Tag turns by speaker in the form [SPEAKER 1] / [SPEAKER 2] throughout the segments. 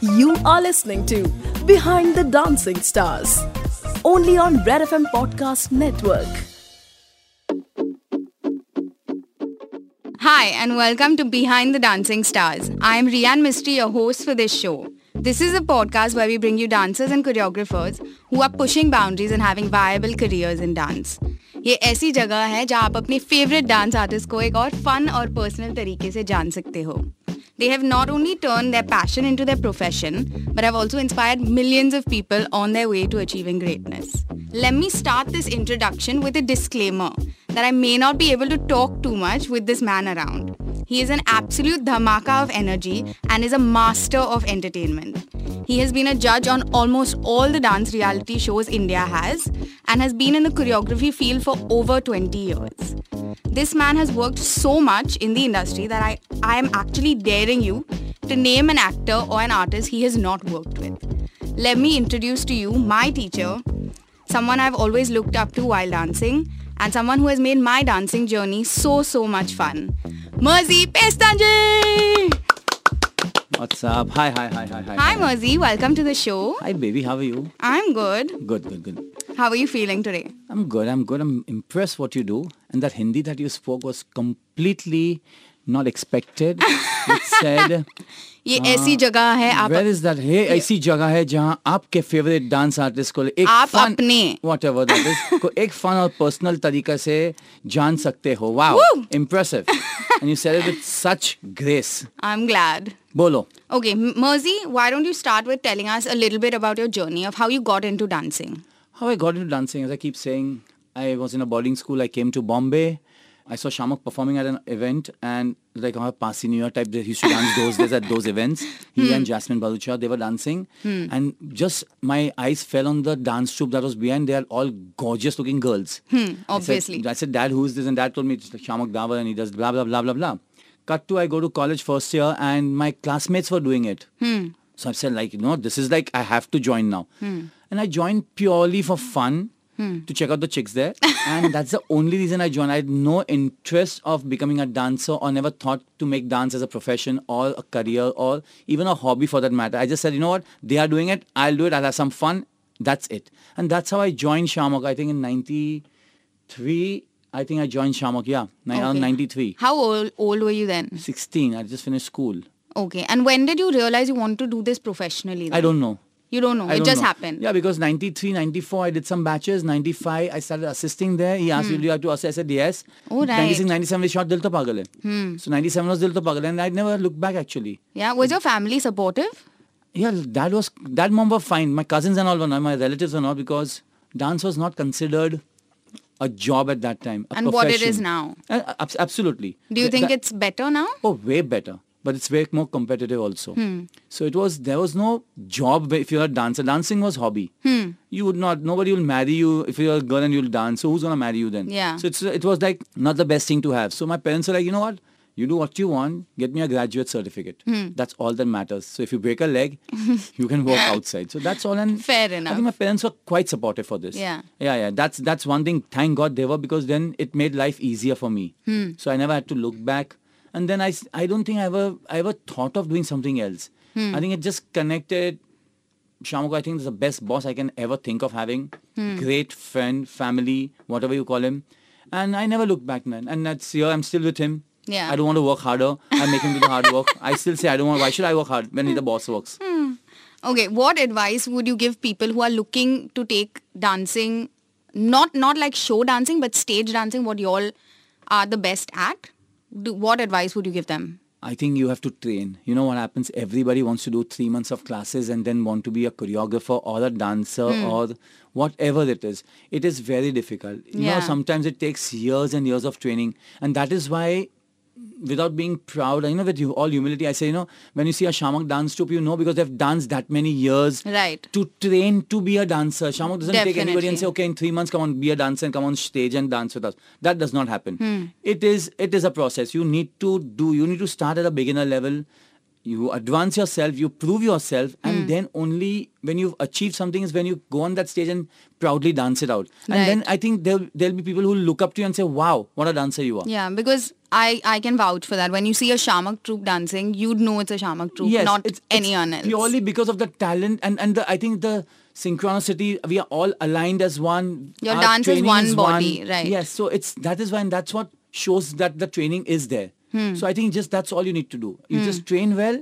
[SPEAKER 1] You are listening to Behind the Dancing Stars, only on Red FM Podcast Network.
[SPEAKER 2] Hi, and welcome to Behind the Dancing Stars. I am Rian Mystery, your host for this show. This is a podcast where we bring you dancers and choreographers who are pushing boundaries and having viable careers in dance. ये ऐसी जगह है जहाँ आप अपने favourite dance artist को एक और फन और पर्सनल तरीके से जान सकते हो They have not only turned their passion into their profession, but have also inspired millions of people on their way to achieving greatness. Let me start this introduction with a disclaimer that I may not be able to talk too much with this man around. He is an absolute dhamaka of energy and is a master of entertainment. He has been a judge on almost all the dance reality shows India has and has been in the choreography field for over 20 years. This man has worked so much in the industry that I, I am actually daring you to name an actor or an artist he has not worked with. Let me introduce to you my teacher, someone I've always looked up to while dancing, and someone who has made my dancing journey so, so much fun. Merzi Pestanji!
[SPEAKER 3] What's up? Hi, hi, hi, hi, hi.
[SPEAKER 2] Hi Merzi, welcome to the show.
[SPEAKER 3] Hi, baby. How are you?
[SPEAKER 2] I'm good.
[SPEAKER 3] Good, good, good.
[SPEAKER 2] How are you feeling today?
[SPEAKER 3] I'm good. I'm good. I'm impressed what you do. And that Hindi that you spoke was completely not expected. it said,
[SPEAKER 2] ये ऐसी जगह है आप
[SPEAKER 3] Ah, where is that? Hey, ऐसी जगह है जहाँ आपके favorite dance artist को एक
[SPEAKER 2] आप
[SPEAKER 3] fun,
[SPEAKER 2] अपने-
[SPEAKER 3] whatever that is, को एक fun और personal तरीका से जान सकते हो. Wow,
[SPEAKER 2] Woo!
[SPEAKER 3] impressive. and you said it with such grace.
[SPEAKER 2] I'm glad.
[SPEAKER 3] Bolo.
[SPEAKER 2] Okay, M- Merzi, why don't you start with telling us a little bit about your journey of how you got into dancing?
[SPEAKER 3] How I got into dancing, as I keep saying, I was in a boarding school. I came to Bombay. I saw Shamak performing at an event, and like how Pasi New York type, they used to dance those days at those events. He and Jasmine Balucha, they were dancing, and just my eyes fell on the dance troupe that was behind. They are all gorgeous-looking girls. I said-
[SPEAKER 2] obviously.
[SPEAKER 3] I said, Dad, who's this? And Dad told me it's like Shamak Dawar, and he does blah blah blah blah blah. Cut to I go to college first year, and my classmates were doing it. So I said, like, you know, this is like I have to join now. And I joined purely for fun to check out the chicks there. and that's the only reason I joined. I had no interest of becoming a dancer or never thought to make dance as a profession or a career or even a hobby for that matter. I just said, you know what, they are doing it, I'll do it, I'll have some fun. That's it. And that's how I joined Shamak, I think in 93. I think I joined Shamak, yeah, ni- around
[SPEAKER 2] Okay.
[SPEAKER 3] 93.
[SPEAKER 2] How old, old were you then?
[SPEAKER 3] 16, I just finished school.
[SPEAKER 2] Okay, and when did you realize you want to do this professionally? Then?
[SPEAKER 3] I don't know.
[SPEAKER 2] You don't know.
[SPEAKER 3] I
[SPEAKER 2] it
[SPEAKER 3] don't
[SPEAKER 2] just
[SPEAKER 3] know.
[SPEAKER 2] happened.
[SPEAKER 3] Yeah, because 93, 94, I did some batches. 95, I started assisting there. He asked, do you have to assist? I said, yes.
[SPEAKER 2] Hmm. Oh, right. Hmm.
[SPEAKER 3] 96, 97, we shot Dil To Pagal Hai. So 97 was Dil To Pagal Hai, and I never looked back actually.
[SPEAKER 2] Yeah. Was your family supportive?
[SPEAKER 3] Yeah, dad was, dad mom were fine. My cousins and all were not, my relatives were not because dance was not considered a job at that time. a
[SPEAKER 2] And what it is
[SPEAKER 3] profession.
[SPEAKER 2] now.
[SPEAKER 3] Uh, abs- absolutely.
[SPEAKER 2] Do you
[SPEAKER 3] Th-
[SPEAKER 2] think
[SPEAKER 3] that-
[SPEAKER 2] it's better now?
[SPEAKER 3] Oh, way better. But it's way more competitive also.
[SPEAKER 2] Hmm.
[SPEAKER 3] So it was there was no job where- if you're a dancer. Dancing was hobby.
[SPEAKER 2] Hmm.
[SPEAKER 3] You would not nobody will marry you if you're a girl and you'll dance. So who's gonna marry you then?
[SPEAKER 2] Yeah.
[SPEAKER 3] So it's it was like not the best thing to have. So my parents were like, you know what? You do what you want. Get me a graduate certificate.
[SPEAKER 2] Hmm.
[SPEAKER 3] That's all that matters. So if you break a leg, you can walk outside. So that's all. And
[SPEAKER 2] Fair
[SPEAKER 3] I
[SPEAKER 2] enough.
[SPEAKER 3] think my parents were quite supportive for this.
[SPEAKER 2] Yeah.
[SPEAKER 3] Yeah, yeah. That's that's one thing. Thank God they were because then it made life easier for me.
[SPEAKER 2] Hmm.
[SPEAKER 3] So I never had to look back. And then I, s- I don't think I ever I ever thought of doing something else.
[SPEAKER 2] Hmm.
[SPEAKER 3] I think it just connected. Shamuk, I think is the best boss I can ever think of having.
[SPEAKER 2] Hmm.
[SPEAKER 3] Great friend, family, whatever you call him. And I never looked back, man. And that's here. I'm still with him.
[SPEAKER 2] Yeah.
[SPEAKER 3] I don't want to work harder. I make him do the hard work. I still say I don't want. Why should I work hard when the boss works?
[SPEAKER 2] Okay. What advice would you give people who are looking to take dancing, not not like show dancing, but stage dancing? What y'all are the best at? Do, what advice would you give them?
[SPEAKER 3] I think you have to train. You know what happens? Everybody wants to do three months of classes and then want to be a choreographer or a dancer or whatever it is. It is very difficult. You know,
[SPEAKER 2] Yeah.
[SPEAKER 3] sometimes it takes years and years of training. And that is why, without being proud, you know, with you- all humility, I say, you know, when you see a Shamak dance troupe, you know, because they've danced that many years
[SPEAKER 2] Right.
[SPEAKER 3] to train to be a dancer. Shamak doesn't take anybody
[SPEAKER 2] Definitely.
[SPEAKER 3] and say, okay, in three months, come on, be a dancer and come on stage and dance with us. That does not happen.
[SPEAKER 2] Hmm.
[SPEAKER 3] It is it is a process. You need to do. You need to start at a beginner level. You advance yourself. You prove yourself,
[SPEAKER 2] Hmm.
[SPEAKER 3] and then only when you've achieved something is when you go on that stage and proudly dance it out. And then I think there there'll be people who look up to you and say, wow, what a dancer you are.
[SPEAKER 2] Yeah, because I, I can vouch for that. When you see a shamak troupe dancing, you'd know it's a shamak troupe,
[SPEAKER 3] yes,
[SPEAKER 2] not
[SPEAKER 3] it's,
[SPEAKER 2] anyone else.
[SPEAKER 3] it's Purely because of the talent and and the, I think the synchronicity. We are all aligned as one.
[SPEAKER 2] Your
[SPEAKER 3] Our
[SPEAKER 2] dance is
[SPEAKER 3] training
[SPEAKER 2] one body, right.
[SPEAKER 3] Yes, so it's that is why and that's what shows that the training is there.
[SPEAKER 2] Hmm.
[SPEAKER 3] So I think just that's all you need to do. You just train well.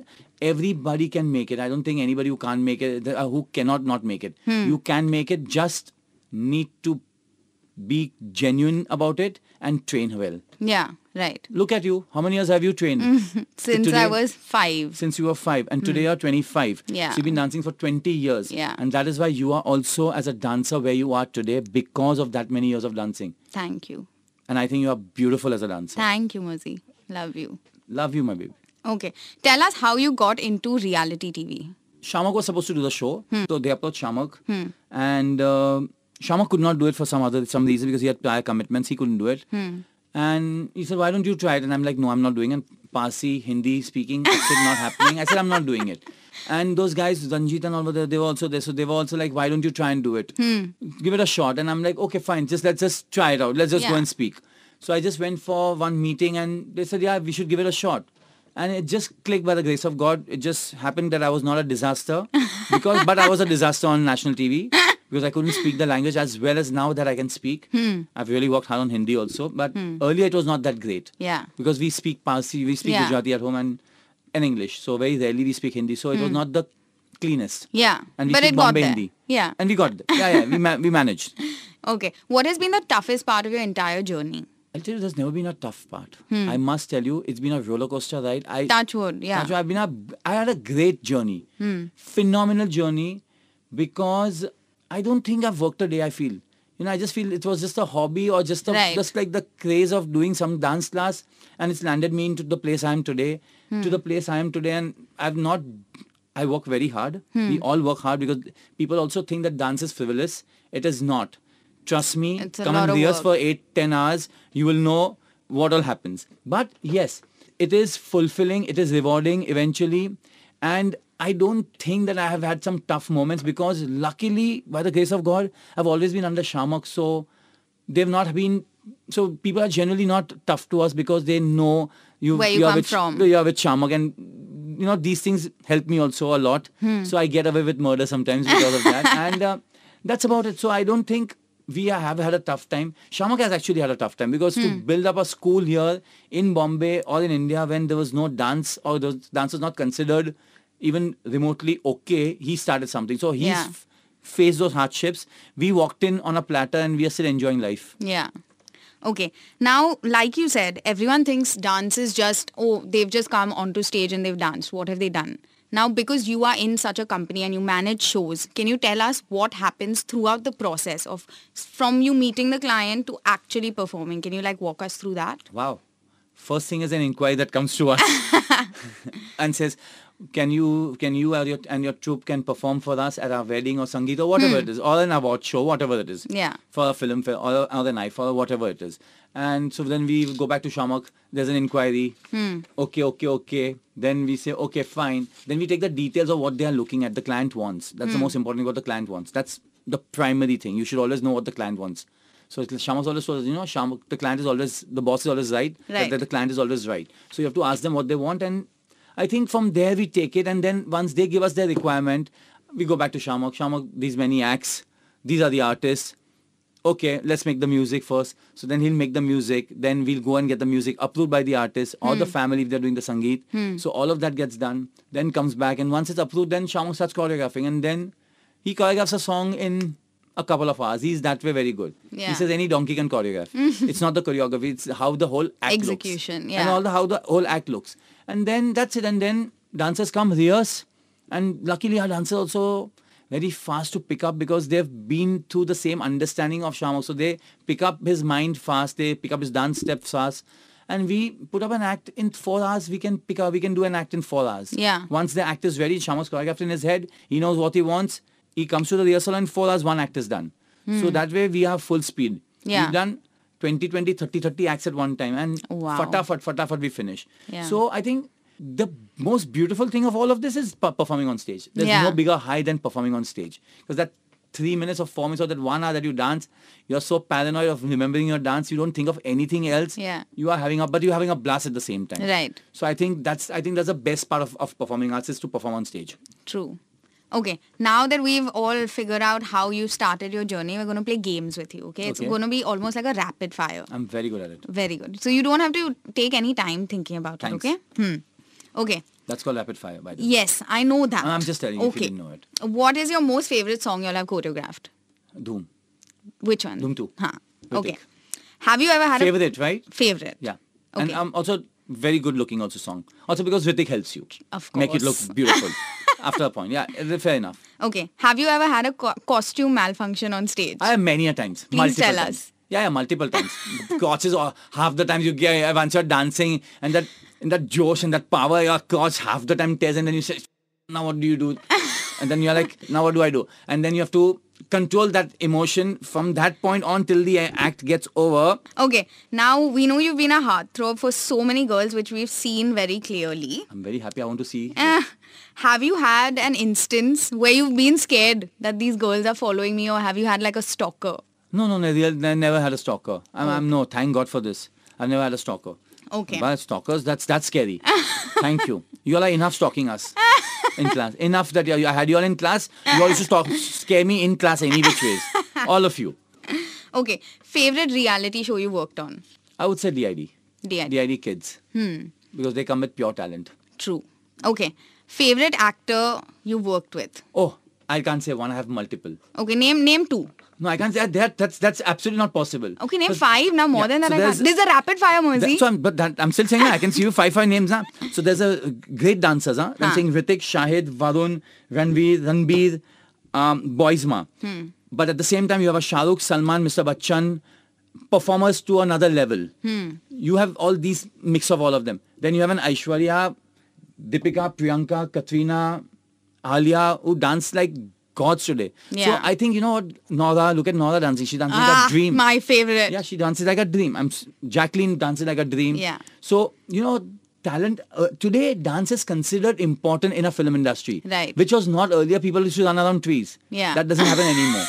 [SPEAKER 3] Everybody can make it. I don't think anybody who can't make it, uh, who cannot not make it.
[SPEAKER 2] Hmm.
[SPEAKER 3] You can make it. Just need to be genuine about it and train well.
[SPEAKER 2] yeah, right.
[SPEAKER 3] Look at you. How many years have you trained?
[SPEAKER 2] Since I
[SPEAKER 3] Today-
[SPEAKER 2] was five.
[SPEAKER 3] since you were five and today you're 25
[SPEAKER 2] Hmm. Yeah.
[SPEAKER 3] so you've been dancing for 20 years
[SPEAKER 2] Yeah.
[SPEAKER 3] and that is why you are also as a dancer where you are today because of that many years of dancing
[SPEAKER 2] Thank you.
[SPEAKER 3] and i think you are beautiful as a dancer
[SPEAKER 2] Thank you, Mozi. Love you.
[SPEAKER 3] love you my baby
[SPEAKER 2] Okay. Tell us how you got into reality TV.
[SPEAKER 3] shamak was supposed to do the show so they approached shamak and uh, shamak could not do it for some other some reason because he had prior commitments he couldn't do it and he said why don't you try it and i'm like no i'm not doing it parsi hindi speaking I said not happening i said i'm not doing it and those guys ranjit and all were there, they were also there so they were also like why don't you try and do it give it a shot and i'm like okay fine just let's just try it out let's just go
[SPEAKER 2] Yeah.
[SPEAKER 3] and speak so i just went for one meeting and they said yeah we should give it a shot and it just clicked by the grace of god it just happened that i was not a disaster because but i was a disaster on national tv because i couldn't speak the language as well as now that i can speak
[SPEAKER 2] Hmm.
[SPEAKER 3] i've really worked hard on hindi also but earlier it was not that great
[SPEAKER 2] Yeah.
[SPEAKER 3] because we speak parsi we speak
[SPEAKER 2] Yeah.
[SPEAKER 3] gujarati at home and and english so very rarely we speak hindi so it was not the cleanest
[SPEAKER 2] Hmm. Yeah.
[SPEAKER 3] and we
[SPEAKER 2] but
[SPEAKER 3] speak
[SPEAKER 2] it
[SPEAKER 3] Bombay
[SPEAKER 2] got there.
[SPEAKER 3] Hindi.
[SPEAKER 2] Yeah.
[SPEAKER 3] And we got there. Yeah, yeah, we, ma- we managed.
[SPEAKER 2] Okay. What has been the toughest part of your entire journey?
[SPEAKER 3] I'll tell you, there's never been a tough part. I must tell you, it's been a roller coaster ride. I,
[SPEAKER 2] Touch wood. Hmm. Yeah. Hmm.
[SPEAKER 3] Sanju, I've been a, I had a great journey, phenomenal journey, because I don't think I've worked a day. I feel, you know, I just feel it was just a hobby or just a,
[SPEAKER 2] Right.
[SPEAKER 3] just like the craze of doing some dance class, and it's landed me into the place I am today,
[SPEAKER 2] Hmm.
[SPEAKER 3] to the place I am today, and I've not. I work very hard.
[SPEAKER 2] Hmm.
[SPEAKER 3] We all work hard because people also think that dance is frivolous. It is not. Trust me.
[SPEAKER 2] It's a
[SPEAKER 3] come
[SPEAKER 2] lot
[SPEAKER 3] and
[SPEAKER 2] of
[SPEAKER 3] rehearse
[SPEAKER 2] work.
[SPEAKER 3] for eight, ten hours. You will know what all happens. But yes, it is fulfilling. It is rewarding eventually, and I don't think that I have had some tough moments because luckily, by the grace of God, I've always been under shamak. So they've not been. So people are generally not tough to us because they know you.
[SPEAKER 2] Where you
[SPEAKER 3] you're
[SPEAKER 2] come
[SPEAKER 3] with,
[SPEAKER 2] from.
[SPEAKER 3] You're with shamak and. You know these things help me also a lot, so I get away with murder sometimes because of that. and uh, that's about it. So I don't think we have had a tough time. Shamak has actually had a tough time because to build up a school here in Bombay or in India when there was no dance or the dance was not considered even remotely okay, he started something. So he's
[SPEAKER 2] Yeah.
[SPEAKER 3] f- faced those hardships. We walked in on a platter and we are still enjoying life.
[SPEAKER 2] Yeah. Okay. Now, like you said, everyone thinks dance is just, oh, they've just come onto stage and they've danced. What have they done? Now, because you are in such a company and you manage shows, can you tell us what happens throughout the process of from you meeting the client to actually performing? Can you like walk us through that?
[SPEAKER 3] Wow. First thing is an inquiry that comes to us and says, "Can you, can you and your, and your troupe can perform for us at our wedding or sangeet or whatever it is, or an award show, whatever it is,
[SPEAKER 2] Yeah.
[SPEAKER 3] for a film fe- or, or the knife or whatever it is." And so then we go back to Shamak. There's an inquiry. Okay, okay, okay. Then we say, "Okay, fine." Then we take the details of what they are looking at. The client wants. That's the most important. What the client wants. That's the primary thing. You should always know what the client wants. So it's- Shamak's always, told us, you know, Shamak, the client is always, the boss is always right. that-
[SPEAKER 2] Right.
[SPEAKER 3] that the client is always right. So you have to ask them what they want, and I think from there we take it, and then once they give us their requirement, we go back to Shamak. Shamak, these many acts, these are the artists. Okay, let's make the music first. So then he'll make the music. Then we'll go and get the music approved by the artist or
[SPEAKER 2] Hmm.
[SPEAKER 3] the family if they're doing the sangeet. So all of that gets done. Then comes back, and once it's approved, then Shamak starts choreographing, and then he choreographs a song in a couple of hours. He's that way very good. He
[SPEAKER 2] Yeah.
[SPEAKER 3] says any donkey can choreograph. it's not the choreography; it's how the whole act looks.
[SPEAKER 2] Execution,
[SPEAKER 3] and
[SPEAKER 2] yeah.
[SPEAKER 3] all the how the whole act looks. And then that's it. And then dancers come rehearse, and luckily our dancers also very fast to pick up because they've been through the same understanding of Shamak. So they pick up his mind fast. They pick up his dance steps fast. And we put up an act in four hours. We can pick up. We can do an act in four hours.
[SPEAKER 2] Yeah.
[SPEAKER 3] Once the act is ready, Shamak's choreographed in his head. He knows what he wants. He comes to the rehearsal and four hours, one act is done. So that way we have full speed.
[SPEAKER 2] Hmm. Yeah.
[SPEAKER 3] We've done 20, 20, 30, 30 acts at one time and
[SPEAKER 2] Wow.
[SPEAKER 3] fatafat, fatafat we finish.
[SPEAKER 2] Yeah.
[SPEAKER 3] So I think the most beautiful thing of all of this is per- performing on stage. There's
[SPEAKER 2] Yeah.
[SPEAKER 3] no bigger high than performing on stage because that three minutes or four minutes or that one hour that you dance, you're so paranoid of remembering your dance, you don't think of anything else.
[SPEAKER 2] Yeah.
[SPEAKER 3] You are having a but you're having a blast at the same time.
[SPEAKER 2] Right.
[SPEAKER 3] So I think that's I think that's the best part of, of performing arts is to perform on stage.
[SPEAKER 2] True. Okay, now that we've all figured out how you started your journey, we're going to play games with you, okay? It's
[SPEAKER 3] Okay.
[SPEAKER 2] going to be almost like a rapid fire.
[SPEAKER 3] I'm very good at it.
[SPEAKER 2] Very good. So you don't have to take any time thinking about
[SPEAKER 3] Thanks.
[SPEAKER 2] it, okay? Hmm. Okay.
[SPEAKER 3] That's called rapid fire, by the way.
[SPEAKER 2] Yes, I know that.
[SPEAKER 3] I'm just telling you if you didn't know it.
[SPEAKER 2] What is your most favorite song you'll have choreographed?
[SPEAKER 3] Doom.
[SPEAKER 2] Which one?
[SPEAKER 3] Dum Tu.
[SPEAKER 2] Huh.
[SPEAKER 3] Ritik.
[SPEAKER 2] Okay. Have you ever had a
[SPEAKER 3] Favorite, right?
[SPEAKER 2] favorite?
[SPEAKER 3] Yeah. And
[SPEAKER 2] Okay.
[SPEAKER 3] um, also very good looking also song. Also because Ritik helps you.
[SPEAKER 2] Of
[SPEAKER 3] Make it look
[SPEAKER 2] course.
[SPEAKER 3] beautiful. After a point. Yeah, eh, fair enough.
[SPEAKER 2] Okay. Have you ever had a co- costume malfunction on stage?
[SPEAKER 3] I have many a times.
[SPEAKER 2] Please
[SPEAKER 3] multiple
[SPEAKER 2] tell
[SPEAKER 3] times.
[SPEAKER 2] us.
[SPEAKER 3] Yeah, yeah, multiple times. Crotches or half the times you get once you're dancing and that in that josh and that power your crotch half the time tears and then you say now what do you do? and then you're like, now what do I do? And then you have to control that emotion from that point on till the eh, act gets over.
[SPEAKER 2] Okay. Now we know you've been a heartthrob for so many girls, which we've seen very clearly.
[SPEAKER 3] I'm very happy. I want to see.
[SPEAKER 2] Eh, have you had an instance where you've been scared that these girls are following me, or have you had like a stalker?
[SPEAKER 3] No, no, no. real- I never had a stalker. I'm, I'm no. Thank God for this. I've never had a stalker.
[SPEAKER 2] Okay.
[SPEAKER 3] But stalkers, that's that's scary. thank you. You all are enough stalking us in class. Enough that you, I had you all in class. You all used to stalk, scare me in class any which ways. All of you.
[SPEAKER 2] Okay. Favorite reality show you worked on?
[SPEAKER 3] I would say DID.
[SPEAKER 2] DID.
[SPEAKER 3] DID kids. Hmm. Because they come with pure talent.
[SPEAKER 2] True. Okay. Favorite actor you worked with?
[SPEAKER 3] Oh, I can't say one. I have multiple.
[SPEAKER 2] Okay. Name name two.
[SPEAKER 3] No, I can't say that. That's that's absolutely not possible.
[SPEAKER 2] Okay, name
[SPEAKER 3] But-
[SPEAKER 2] five now. More
[SPEAKER 3] Yeah,
[SPEAKER 2] than that,
[SPEAKER 3] so
[SPEAKER 2] I can't.
[SPEAKER 3] there's-
[SPEAKER 2] This Oh, is a rapid fire, Mozi.
[SPEAKER 3] That, so I'm, but that, I'm still saying I can see you five five names now. So there's a great dancers. Huh? I'm
[SPEAKER 2] Huh.
[SPEAKER 3] saying Ritik, Shahid, Varun, Ranveer, Ranbir, um, Boysma.
[SPEAKER 2] Hmm.
[SPEAKER 3] But at the same time, you have a Shahrukh, Salman, Mr. Bachchan, performers to another level.
[SPEAKER 2] Hmm.
[SPEAKER 3] You have all these mix of all of them. Then you have an Aishwarya, Deepika, Priyanka, Katrina, Alia, who dance like gods today.
[SPEAKER 2] Yeah.
[SPEAKER 3] So I think you know what Nora. Look at Nora dancing. She dances
[SPEAKER 2] ah,
[SPEAKER 3] like a dream.
[SPEAKER 2] my favorite.
[SPEAKER 3] Yeah, she dances like a dream. I'm s- Jacqueline dances like a dream.
[SPEAKER 2] Yeah.
[SPEAKER 3] So you know, talent uh, today dance is considered important in a film industry.
[SPEAKER 2] Right.
[SPEAKER 3] Which was not earlier. People used to run around trees.
[SPEAKER 2] Yeah.
[SPEAKER 3] That doesn't happen anymore.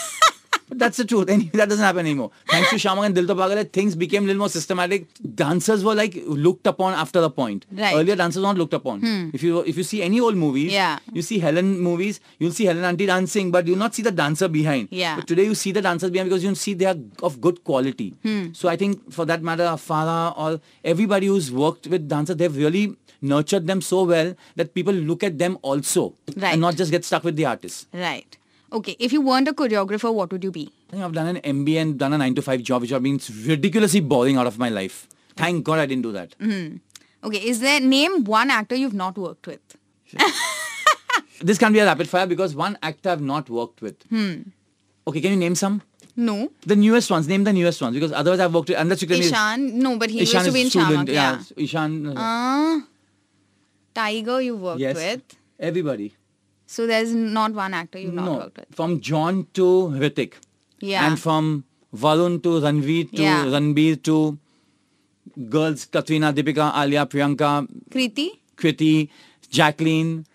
[SPEAKER 3] But that's the truth. Any, that doesn't happen anymore. Thanks to Shamak and Dil To Pagal, Hai, things became a little more systematic. Dancers were like looked upon after a point.
[SPEAKER 2] Right. Hmm.
[SPEAKER 3] Earlier, dancers were not looked upon. If you if you see any old movies,
[SPEAKER 2] Yeah.
[SPEAKER 3] you see Helen movies, you'll see Helen auntie dancing, but you'll not see the dancer behind.
[SPEAKER 2] Yeah.
[SPEAKER 3] But today you see the dancers behind because you see they are of good quality.
[SPEAKER 2] Hmm.
[SPEAKER 3] So I think for that matter, Farah or everybody who's worked with dancers, they've really nurtured them so well that people look at them also
[SPEAKER 2] Right.
[SPEAKER 3] and not just get stuck with the artist.
[SPEAKER 2] Right. Okay. If you weren't a choreographer, what would you be?
[SPEAKER 3] I think I've done an MBA and done a 9 to 5 job which have been ridiculously boring out of my life. Thank God I didn't do that.
[SPEAKER 2] Hmm. Okay. Is there name one actor you've not worked with?
[SPEAKER 3] This can be a rapid fire because one actor I've not worked with.
[SPEAKER 2] Hmm.
[SPEAKER 3] Okay, can you name some?
[SPEAKER 2] No.
[SPEAKER 3] The newest ones. Name the newest ones because otherwise I've worked with unless you tell me-
[SPEAKER 2] Ishan. No, but he used to
[SPEAKER 3] is
[SPEAKER 2] be in
[SPEAKER 3] student,
[SPEAKER 2] Shamak. Yeah.
[SPEAKER 3] yeah. Ishan. uh,
[SPEAKER 2] Uh, Tiger, you worked
[SPEAKER 3] yes.
[SPEAKER 2] with.
[SPEAKER 3] Everybody.
[SPEAKER 2] So there's not one actor you've not
[SPEAKER 3] No.
[SPEAKER 2] worked with.
[SPEAKER 3] From John to Ritik.
[SPEAKER 2] Yeah.
[SPEAKER 3] And from Varun to Ranveer to
[SPEAKER 2] Yeah.
[SPEAKER 3] Ranbir to girls Katrina, Deepika, Alia, Priyanka,
[SPEAKER 2] Kriti.
[SPEAKER 3] Kriti, Jacqueline.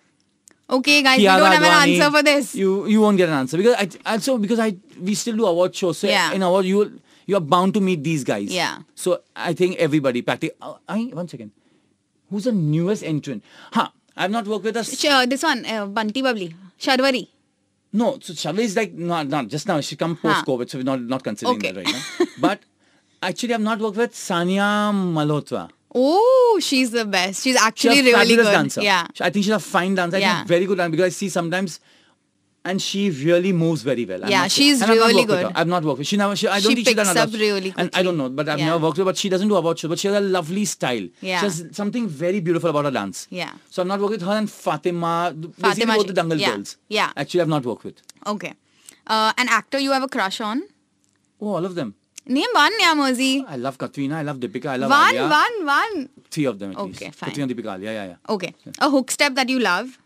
[SPEAKER 2] Okay, guys,
[SPEAKER 3] Kiara
[SPEAKER 2] we don't have an
[SPEAKER 3] Advani,
[SPEAKER 2] answer for this.
[SPEAKER 3] You you won't get an answer because I also because I we still do award shows. So
[SPEAKER 2] Yeah.
[SPEAKER 3] in award you you are bound to meet these guys.
[SPEAKER 2] Yeah.
[SPEAKER 3] So I think everybody practically. Uh, I one second. Who's the newest entrant? Huh. I've not worked with a s-
[SPEAKER 2] Sh- uh, this one, uh, Bunty Bubbly, Sharvari.
[SPEAKER 3] no. So Shavli is like not not just now. She come post COVID, so we're not not considering
[SPEAKER 2] Okay.
[SPEAKER 3] that right now. but actually, I've not worked with Sania Malhotra.
[SPEAKER 2] Oh, she's the best. She's
[SPEAKER 3] She's
[SPEAKER 2] actually
[SPEAKER 3] a
[SPEAKER 2] really
[SPEAKER 3] fabulous
[SPEAKER 2] good.
[SPEAKER 3] dancer.
[SPEAKER 2] Yeah.
[SPEAKER 3] She- I think she's a fine dancer. I
[SPEAKER 2] Yeah.
[SPEAKER 3] think very good dancer because I see sometimes, and she really moves very well. I
[SPEAKER 2] Yeah,
[SPEAKER 3] must say.
[SPEAKER 2] she's
[SPEAKER 3] And I've not
[SPEAKER 2] really
[SPEAKER 3] worked with
[SPEAKER 2] good.
[SPEAKER 3] her. I've not worked with. She never. She, I don't
[SPEAKER 2] She
[SPEAKER 3] think she's done
[SPEAKER 2] picks
[SPEAKER 3] award
[SPEAKER 2] up
[SPEAKER 3] shows.
[SPEAKER 2] really
[SPEAKER 3] And I don't know, but I've
[SPEAKER 2] Yeah.
[SPEAKER 3] never worked with. her. But she doesn't do award shows. But she has a lovely style.
[SPEAKER 2] Yeah.
[SPEAKER 3] She has something very beautiful about her dance.
[SPEAKER 2] Yeah.
[SPEAKER 3] So I've not worked with her and Fatima. th-
[SPEAKER 2] Fatima,
[SPEAKER 3] basically both
[SPEAKER 2] she-
[SPEAKER 3] the Dangal
[SPEAKER 2] yeah,
[SPEAKER 3] girls.
[SPEAKER 2] yeah.
[SPEAKER 3] Actually, I've not worked with.
[SPEAKER 2] Okay. Uh, an actor you have a crush on?
[SPEAKER 3] Oh, all of them.
[SPEAKER 2] Name one, yeah, Mozi.
[SPEAKER 3] I love Katrina. I love Deepika. I love
[SPEAKER 2] One,
[SPEAKER 3] Alia.
[SPEAKER 2] one, one.
[SPEAKER 3] Three of them at least.
[SPEAKER 2] Okay, fine.
[SPEAKER 3] Katrina, Deepika, Alia. Yeah, yeah.
[SPEAKER 2] Okay. A hook step that you love?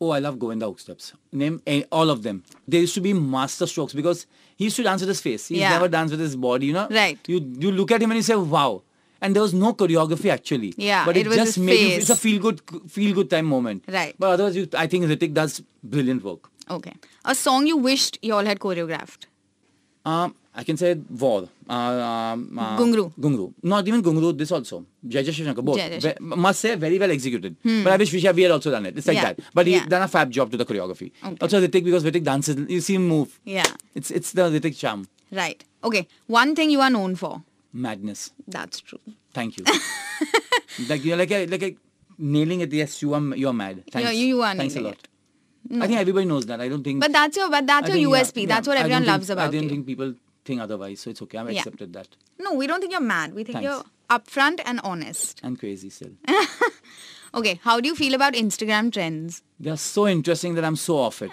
[SPEAKER 3] Oh, I love Govinda hook steps. Name eh, all of them. They used to be master strokes because he used to dance with his face. He
[SPEAKER 2] Yeah.
[SPEAKER 3] never danced with his body, you know.
[SPEAKER 2] Right.
[SPEAKER 3] You you look at him and you say, wow. And there was no choreography actually.
[SPEAKER 2] Yeah,
[SPEAKER 3] But it,
[SPEAKER 2] it was
[SPEAKER 3] just
[SPEAKER 2] his
[SPEAKER 3] made you,
[SPEAKER 2] face.
[SPEAKER 3] it's a feel good feel good time moment.
[SPEAKER 2] Right.
[SPEAKER 3] But otherwise, you, I think Ritik does brilliant work.
[SPEAKER 2] Okay. A song you wished you all had choreographed.
[SPEAKER 3] Um, I can say War. Uh, um, uh,
[SPEAKER 2] Gungru.
[SPEAKER 3] Gungru. Not even Gungru, this also. Jai Jai Shri Shankar, both.
[SPEAKER 2] Jai Jai
[SPEAKER 3] Ve- must say, very well executed. But I wish Vishya we had also done it. It's like
[SPEAKER 2] Yeah.
[SPEAKER 3] that. But he
[SPEAKER 2] Yeah.
[SPEAKER 3] done a fab job to the choreography.
[SPEAKER 2] Okay.
[SPEAKER 3] Also, Ritik, because Ritik dances, you see him move.
[SPEAKER 2] Yeah.
[SPEAKER 3] It's, it's the Ritik charm.
[SPEAKER 2] Right. Okay. One thing you are known for.
[SPEAKER 3] Madness.
[SPEAKER 2] That's true.
[SPEAKER 3] Thank you. like you're like a, like a nailing it. Yes, you are. You're mad. Thanks.
[SPEAKER 2] you- you are
[SPEAKER 3] Thanks a
[SPEAKER 2] nailing
[SPEAKER 3] lot. I think everybody knows that. I don't think.
[SPEAKER 2] But that's your but that's
[SPEAKER 3] I think,
[SPEAKER 2] your
[SPEAKER 3] yeah,
[SPEAKER 2] USP. that's
[SPEAKER 3] yeah,
[SPEAKER 2] what
[SPEAKER 3] I don't
[SPEAKER 2] everyone
[SPEAKER 3] think-
[SPEAKER 2] loves about
[SPEAKER 3] I didn't
[SPEAKER 2] you.
[SPEAKER 3] think people think otherwise, so it's okay. I've
[SPEAKER 2] Yeah.
[SPEAKER 3] accepted that.
[SPEAKER 2] no, we don't think you're mad. We think
[SPEAKER 3] Thanks.
[SPEAKER 2] you're upfront and honest.
[SPEAKER 3] I'm crazy still.
[SPEAKER 2] Okay. How do you feel about Instagram trends?
[SPEAKER 3] They're so interesting that I'm so off it.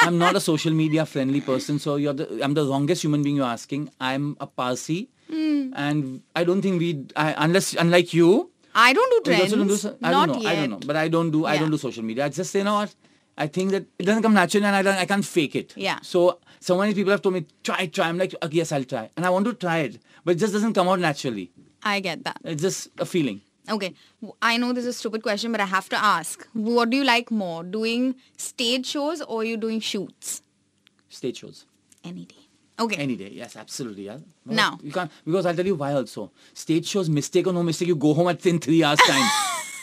[SPEAKER 3] I'm not a social media friendly person, so you're the, I'm the wrongest human being you're asking. I'm a Parsi,
[SPEAKER 2] Hmm.
[SPEAKER 3] and I don't think we, I, unless unlike Oh, you,
[SPEAKER 2] I don't do
[SPEAKER 3] We
[SPEAKER 2] trends.
[SPEAKER 3] also don't do so- I
[SPEAKER 2] Not
[SPEAKER 3] don't know.
[SPEAKER 2] yet.
[SPEAKER 3] I don't know. But I don't do. I
[SPEAKER 2] Yeah.
[SPEAKER 3] don't do social media. I just say, you know what? I think that it doesn't come natural, and I don't. I can't fake it.
[SPEAKER 2] Yeah.
[SPEAKER 3] So so many people have told me try, try. I'm like, okay, yes, I'll try, and I want to try it, but it just doesn't come out naturally.
[SPEAKER 2] I get that.
[SPEAKER 3] It's just a feeling.
[SPEAKER 2] Okay. W- I know this is a stupid question, but I have to ask. What do you like more? Doing stage shows or you doing shoots?
[SPEAKER 3] Stage shows.
[SPEAKER 2] Any day. Okay.
[SPEAKER 3] Any day, yes, absolutely, yeah. No,
[SPEAKER 2] Now.
[SPEAKER 3] you can't because I'll tell you why. Also, stage shows, mistake or no mistake, you go home at in three hours time.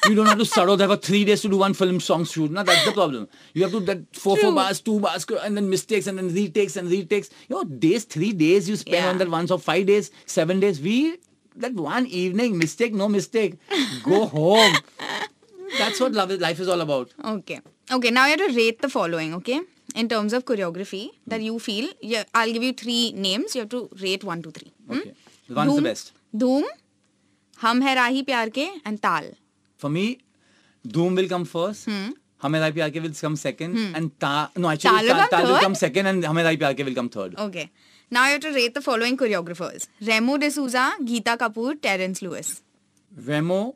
[SPEAKER 3] you don't have to start off there for three days to do one film song shoot. Now that's the problem. You have to that four four
[SPEAKER 2] True.
[SPEAKER 3] bars, two bars, and then mistakes, and then retakes and retakes. You know, days, three days you spend
[SPEAKER 2] Yeah.
[SPEAKER 3] on that once or five days, seven days. We that one evening, mistake, no mistake, go home. That's what love is, life is all about.
[SPEAKER 2] Okay. Okay. Now you have to rate the following, okay? In terms of choreography that you feel. Yeah, I'll give you three names. You have to rate one, two, three. Hmm?
[SPEAKER 3] Okay, one's the
[SPEAKER 2] Dhoom-
[SPEAKER 3] best.
[SPEAKER 2] Dhoom, Hum Hai Rahi Pyar Ke, and Tal.
[SPEAKER 3] For me, Doom will come first.
[SPEAKER 2] Hmm.
[SPEAKER 3] Hamedai Pyar Ke will come second. And Ta... No, actually,
[SPEAKER 2] Taal will Hmm. come
[SPEAKER 3] Ta, Ta will
[SPEAKER 2] third? Oh.
[SPEAKER 3] come second and Hamedai Pyar Ke will come third.
[SPEAKER 2] Okay. Now you have to rate the following choreographers. Remo D'Souza, Geeta Kapoor, Terence Lewis. Hmm?
[SPEAKER 3] Remo...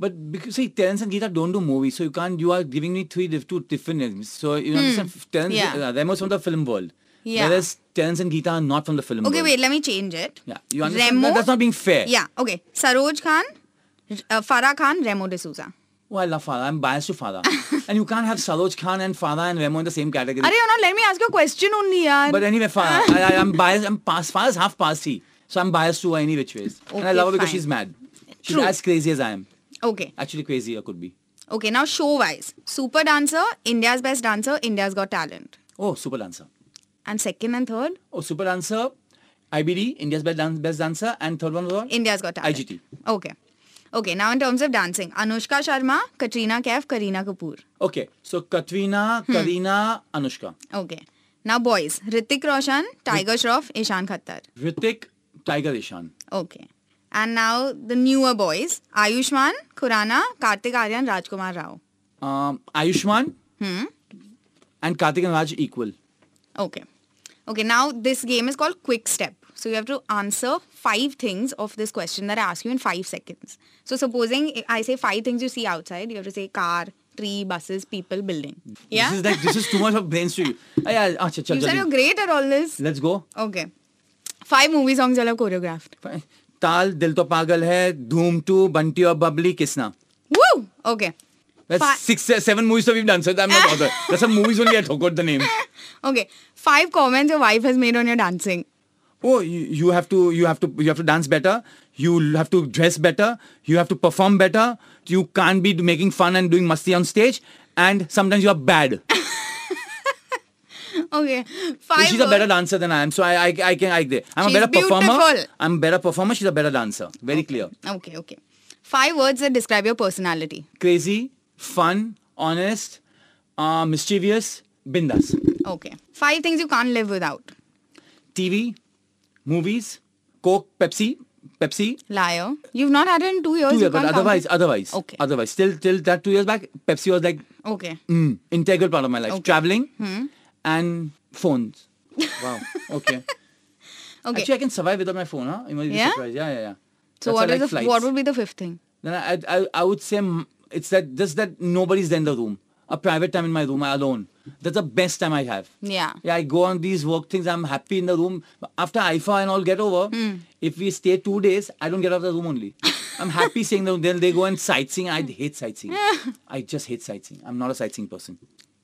[SPEAKER 3] But because, see, Terence and Geeta don't do movies, so you can't, you are giving me three diff, two different names. So, you understand, Terence,
[SPEAKER 2] Hmm. Yeah.
[SPEAKER 3] uh, Remo's from the film world.
[SPEAKER 2] Yeah.
[SPEAKER 3] Whereas Terence and Geeta are not from the film
[SPEAKER 2] Okay,
[SPEAKER 3] world.
[SPEAKER 2] wait, let me change it.
[SPEAKER 3] Yeah, you understand?
[SPEAKER 2] Remo-
[SPEAKER 3] That- that's not being fair.
[SPEAKER 2] Yeah, okay. Saroj Khan, uh, Farah Khan, Remo D'Souza.
[SPEAKER 3] Oh, I love Farah. I'm biased to Farah. and you can't have Saroj Khan and Farah and Remo in the same category.
[SPEAKER 2] Are you not? Let me ask you a question only, yaar.
[SPEAKER 3] But anyway, Farah, I, I, I'm biased. I'm past, Farah's half Parsi. So I'm biased to her any which ways. and I
[SPEAKER 2] Okay,
[SPEAKER 3] love her because
[SPEAKER 2] fine.
[SPEAKER 3] she's mad. She's
[SPEAKER 2] True.
[SPEAKER 3] as crazy as I am.
[SPEAKER 2] okay.
[SPEAKER 3] Actually, crazier could be.
[SPEAKER 2] Okay, now show wise. Super Dancer, India's Best Dancer, India's Got Talent.
[SPEAKER 3] Oh, Super Dancer.
[SPEAKER 2] And second and third,
[SPEAKER 3] Oh, Super Dancer, IBD, India's Best, Dan- best Dancer. And third one was what?
[SPEAKER 2] India's Got Talent.
[SPEAKER 3] IGT.
[SPEAKER 2] Okay. Okay, now in terms of dancing, Anushka Sharma, Katrina Kaif, Kareena Kapoor.
[SPEAKER 3] Okay, so Katrina,
[SPEAKER 2] Hmm.
[SPEAKER 3] Karina, Anushka.
[SPEAKER 2] Okay. Now boys, Ritik Roshan, Tiger Shroff, Ishan Khattar.
[SPEAKER 3] Ritik, Tiger Ishan.
[SPEAKER 2] Okay. And now the newer boys, Ayushman, Khurana, Kartik Aryan, Rajkumar Rao.
[SPEAKER 3] Um, Ayushman
[SPEAKER 2] Hmm.
[SPEAKER 3] and Kartik and Raj equal.
[SPEAKER 2] Okay. Okay, now this game is called Quick Step. So you have to answer five things of this question that I ask you in five seconds. So supposing I say five things you see outside, you have to say car, tree, buses, people, building. Yeah?
[SPEAKER 3] This is like, this is too much of brains to you. Ah, yeah, ah, chal, chal,
[SPEAKER 2] you said
[SPEAKER 3] jaldi.
[SPEAKER 2] you're great at all this.
[SPEAKER 3] Let's go.
[SPEAKER 2] Okay. Five movie songs you'll have choreographed.
[SPEAKER 3] Fine. ताल दिल तो पागल है धूम to Bunty और Babli Kisna
[SPEAKER 2] Woo! Okay.
[SPEAKER 3] That's
[SPEAKER 2] Fi-
[SPEAKER 3] six, seven movies that we've done, so I'm not bothered. That's some movies only I forgot the name.
[SPEAKER 2] Okay. Five comments your wife has made on your dancing.
[SPEAKER 3] Oh, you, you have to, you have to, you have to dance better. You have to dress better. You have to perform better. You can't be making fun and doing musti on stage. And sometimes you are bad.
[SPEAKER 2] Okay. Five.
[SPEAKER 3] she's a better
[SPEAKER 2] words-
[SPEAKER 3] dancer than I am, so I, I, I can, I, I'm
[SPEAKER 2] She's
[SPEAKER 3] a better performer.
[SPEAKER 2] beautiful.
[SPEAKER 3] I'm a better performer. She's a better dancer. Very clear.
[SPEAKER 2] Okay, okay. Five words that describe your personality.
[SPEAKER 3] Crazy, fun, honest, uh, mischievous, bindas.
[SPEAKER 2] Okay. Five things you can't live without.
[SPEAKER 3] TV, movies, Coke, Pepsi, Pepsi.
[SPEAKER 2] Liar. You've not had it in two years.
[SPEAKER 3] Two
[SPEAKER 2] you
[SPEAKER 3] years, but
[SPEAKER 2] can't count
[SPEAKER 3] otherwise,
[SPEAKER 2] it.
[SPEAKER 3] otherwise,
[SPEAKER 2] Okay.
[SPEAKER 3] otherwise, still till that two years back, Pepsi was like
[SPEAKER 2] Okay.
[SPEAKER 3] mm, integral part of my life.
[SPEAKER 2] Okay. Hmm.
[SPEAKER 3] Traveling and phones. Wow. Okay.
[SPEAKER 2] Okay.
[SPEAKER 3] Actually, I can survive without my phone. Huh? You might be
[SPEAKER 2] Yeah?
[SPEAKER 3] surprised. Yeah, yeah, yeah.
[SPEAKER 2] so what
[SPEAKER 3] That's why I
[SPEAKER 2] is
[SPEAKER 3] like
[SPEAKER 2] the f
[SPEAKER 3] flights.
[SPEAKER 2] what would be the fifth thing?
[SPEAKER 3] Then I, I, I would say mm, it's that just that nobody's there in the room. A private time in my room, alone. That's the best time I have.
[SPEAKER 2] Yeah.
[SPEAKER 3] Yeah, I go on these work things. I'm happy in the room. After IFA and all get over,
[SPEAKER 2] Hmm.
[SPEAKER 3] if we stay two days, I don't get out of the room only. I'm happy seeing them. Then they go and sightseeing. I hate sightseeing. I just hate sightseeing. I'm not a sightseeing person.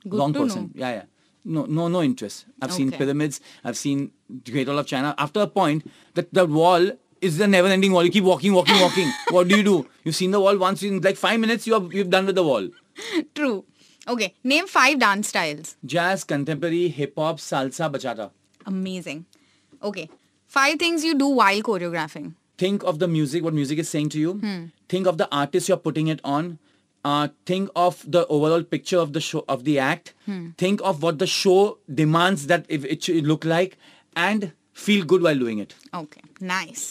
[SPEAKER 2] Good
[SPEAKER 3] wrong
[SPEAKER 2] to
[SPEAKER 3] person.
[SPEAKER 2] know.
[SPEAKER 3] Yeah, yeah. No, no, no interest. I've seen
[SPEAKER 2] Okay.
[SPEAKER 3] pyramids. I've seen Great Wall of China. After a point, that the wall is the never-ending wall. You keep walking, walking, walking. what do you do? You've seen the wall once in like five minutes. You are you've done with the wall.
[SPEAKER 2] True. Okay, name five dance styles.
[SPEAKER 3] Jazz, contemporary, hip hop, salsa, bachata.
[SPEAKER 2] Amazing. Okay, five things you do while choreographing.
[SPEAKER 3] think of the music what music is saying to you think of the artist you're putting it on uh, think of the overall picture of the show of the act think of what the show demands that if it should look like and feel good while doing it
[SPEAKER 2] Okay, nice.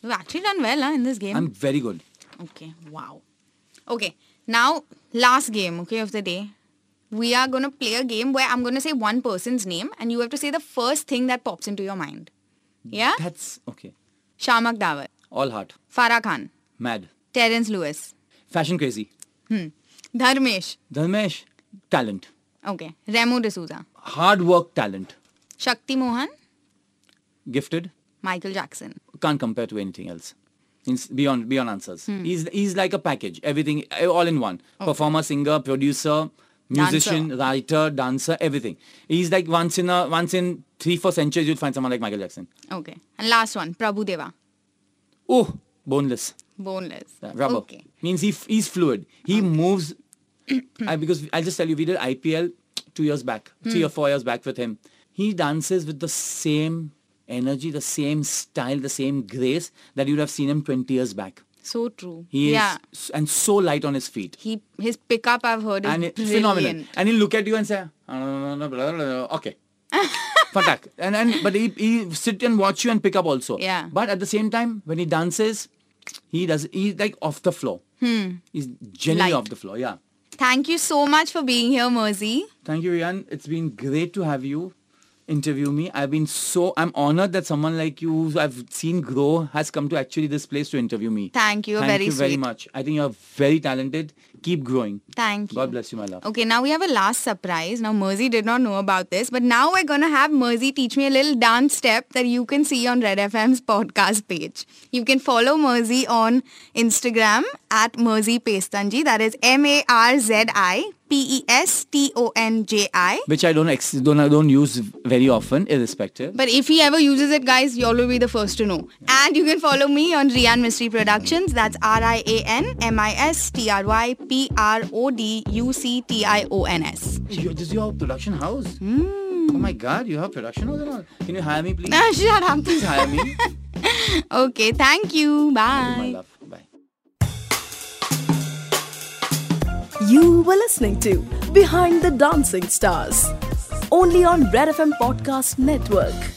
[SPEAKER 2] You've actually done well huh, in this game.
[SPEAKER 3] i'm very good
[SPEAKER 2] Okay, wow. Okay, now last game, okay, of the day. We are going to play a game where I'm going to say one person's name and you have to say the first thing that pops into your mind. Yeah?
[SPEAKER 3] that's okay
[SPEAKER 2] Shamak Dawar,
[SPEAKER 3] all heart
[SPEAKER 2] Farah Khan,
[SPEAKER 3] mad
[SPEAKER 2] Terence Lewis,
[SPEAKER 3] fashion crazy
[SPEAKER 2] Dharmesh,
[SPEAKER 3] dharmesh talent
[SPEAKER 2] okay, Remo D'Souza,
[SPEAKER 3] hard work talent
[SPEAKER 2] Shakti Mohan,
[SPEAKER 3] gifted
[SPEAKER 2] Michael Jackson.
[SPEAKER 3] can't compare to anything else It's beyond beyond answers he's he's like a package everything eh, all in one performer singer producer musician writer dancer everything he's like once in a once in three four centuries you'll find someone like michael jackson
[SPEAKER 2] Okay, and last one, Prabhu Deva,
[SPEAKER 3] oh boneless
[SPEAKER 2] Boneless.
[SPEAKER 3] Yeah, rubber
[SPEAKER 2] Okay.
[SPEAKER 3] means he f- he's fluid he moves I, because i'll just tell you we did ipl two years back
[SPEAKER 2] Hmm.
[SPEAKER 3] three or four years back with him he dances with the same energy the same style the same grace that you'd have seen him 20 years back
[SPEAKER 2] So true.
[SPEAKER 3] He is
[SPEAKER 2] yeah.
[SPEAKER 3] s- and so light on his feet.
[SPEAKER 2] He, his pickup I've heard is
[SPEAKER 3] And it's
[SPEAKER 2] brilliant.
[SPEAKER 3] phenomenal. And he'll look at you and say, "Uh, blah, blah, blah, okay. Fatak. And and but he he sit and watch you and pick up also.
[SPEAKER 2] Yeah.
[SPEAKER 3] But at the same time, when he dances, he does he's like off the floor. Hmm. He's genuinely
[SPEAKER 2] Light.
[SPEAKER 3] off the floor. Yeah.
[SPEAKER 2] Thank you so much for being here, Merzi.
[SPEAKER 3] Thank you, Rian. It's been great to have you interview me. I've been so I'm honored that someone like you who I've seen grow has come to actually this place to interview me.
[SPEAKER 2] Thank you. You're
[SPEAKER 3] Thank
[SPEAKER 2] very
[SPEAKER 3] you very
[SPEAKER 2] sweet.
[SPEAKER 3] much. I think you're very talented. Keep growing.
[SPEAKER 2] Thank you.
[SPEAKER 3] God bless you, my love.
[SPEAKER 2] Okay, now we have a last surprise. Now, Merzi did not know about this, but now we're going to have Merzi teach me a little dance step that you can see on Red FM's podcast page. You can follow Merzi on Instagram at Merzi Pestanji. That is E M-A-R-Z-I-P-E-S-T-O-N-J-I.
[SPEAKER 3] which I don't ex- don't I don't use very often, irrespective.
[SPEAKER 2] But if he ever uses it, guys, y'all will be the first to know. And you can follow me on Rian Mystery Productions. That's R-I-A-N-M-I-S-T-R-Y-P-R-O-D-U-C-T-I-O-N-S.
[SPEAKER 3] You, this is your production house. Oh my God, you have production house and all. Can you hire me, please?
[SPEAKER 2] Ah, Shut up.
[SPEAKER 3] Please hire me.
[SPEAKER 2] Okay, thank you.
[SPEAKER 3] my
[SPEAKER 2] Bye.
[SPEAKER 3] love. Bye.
[SPEAKER 1] You were listening to Behind the Dancing Stars, only on Red FM Podcast Network.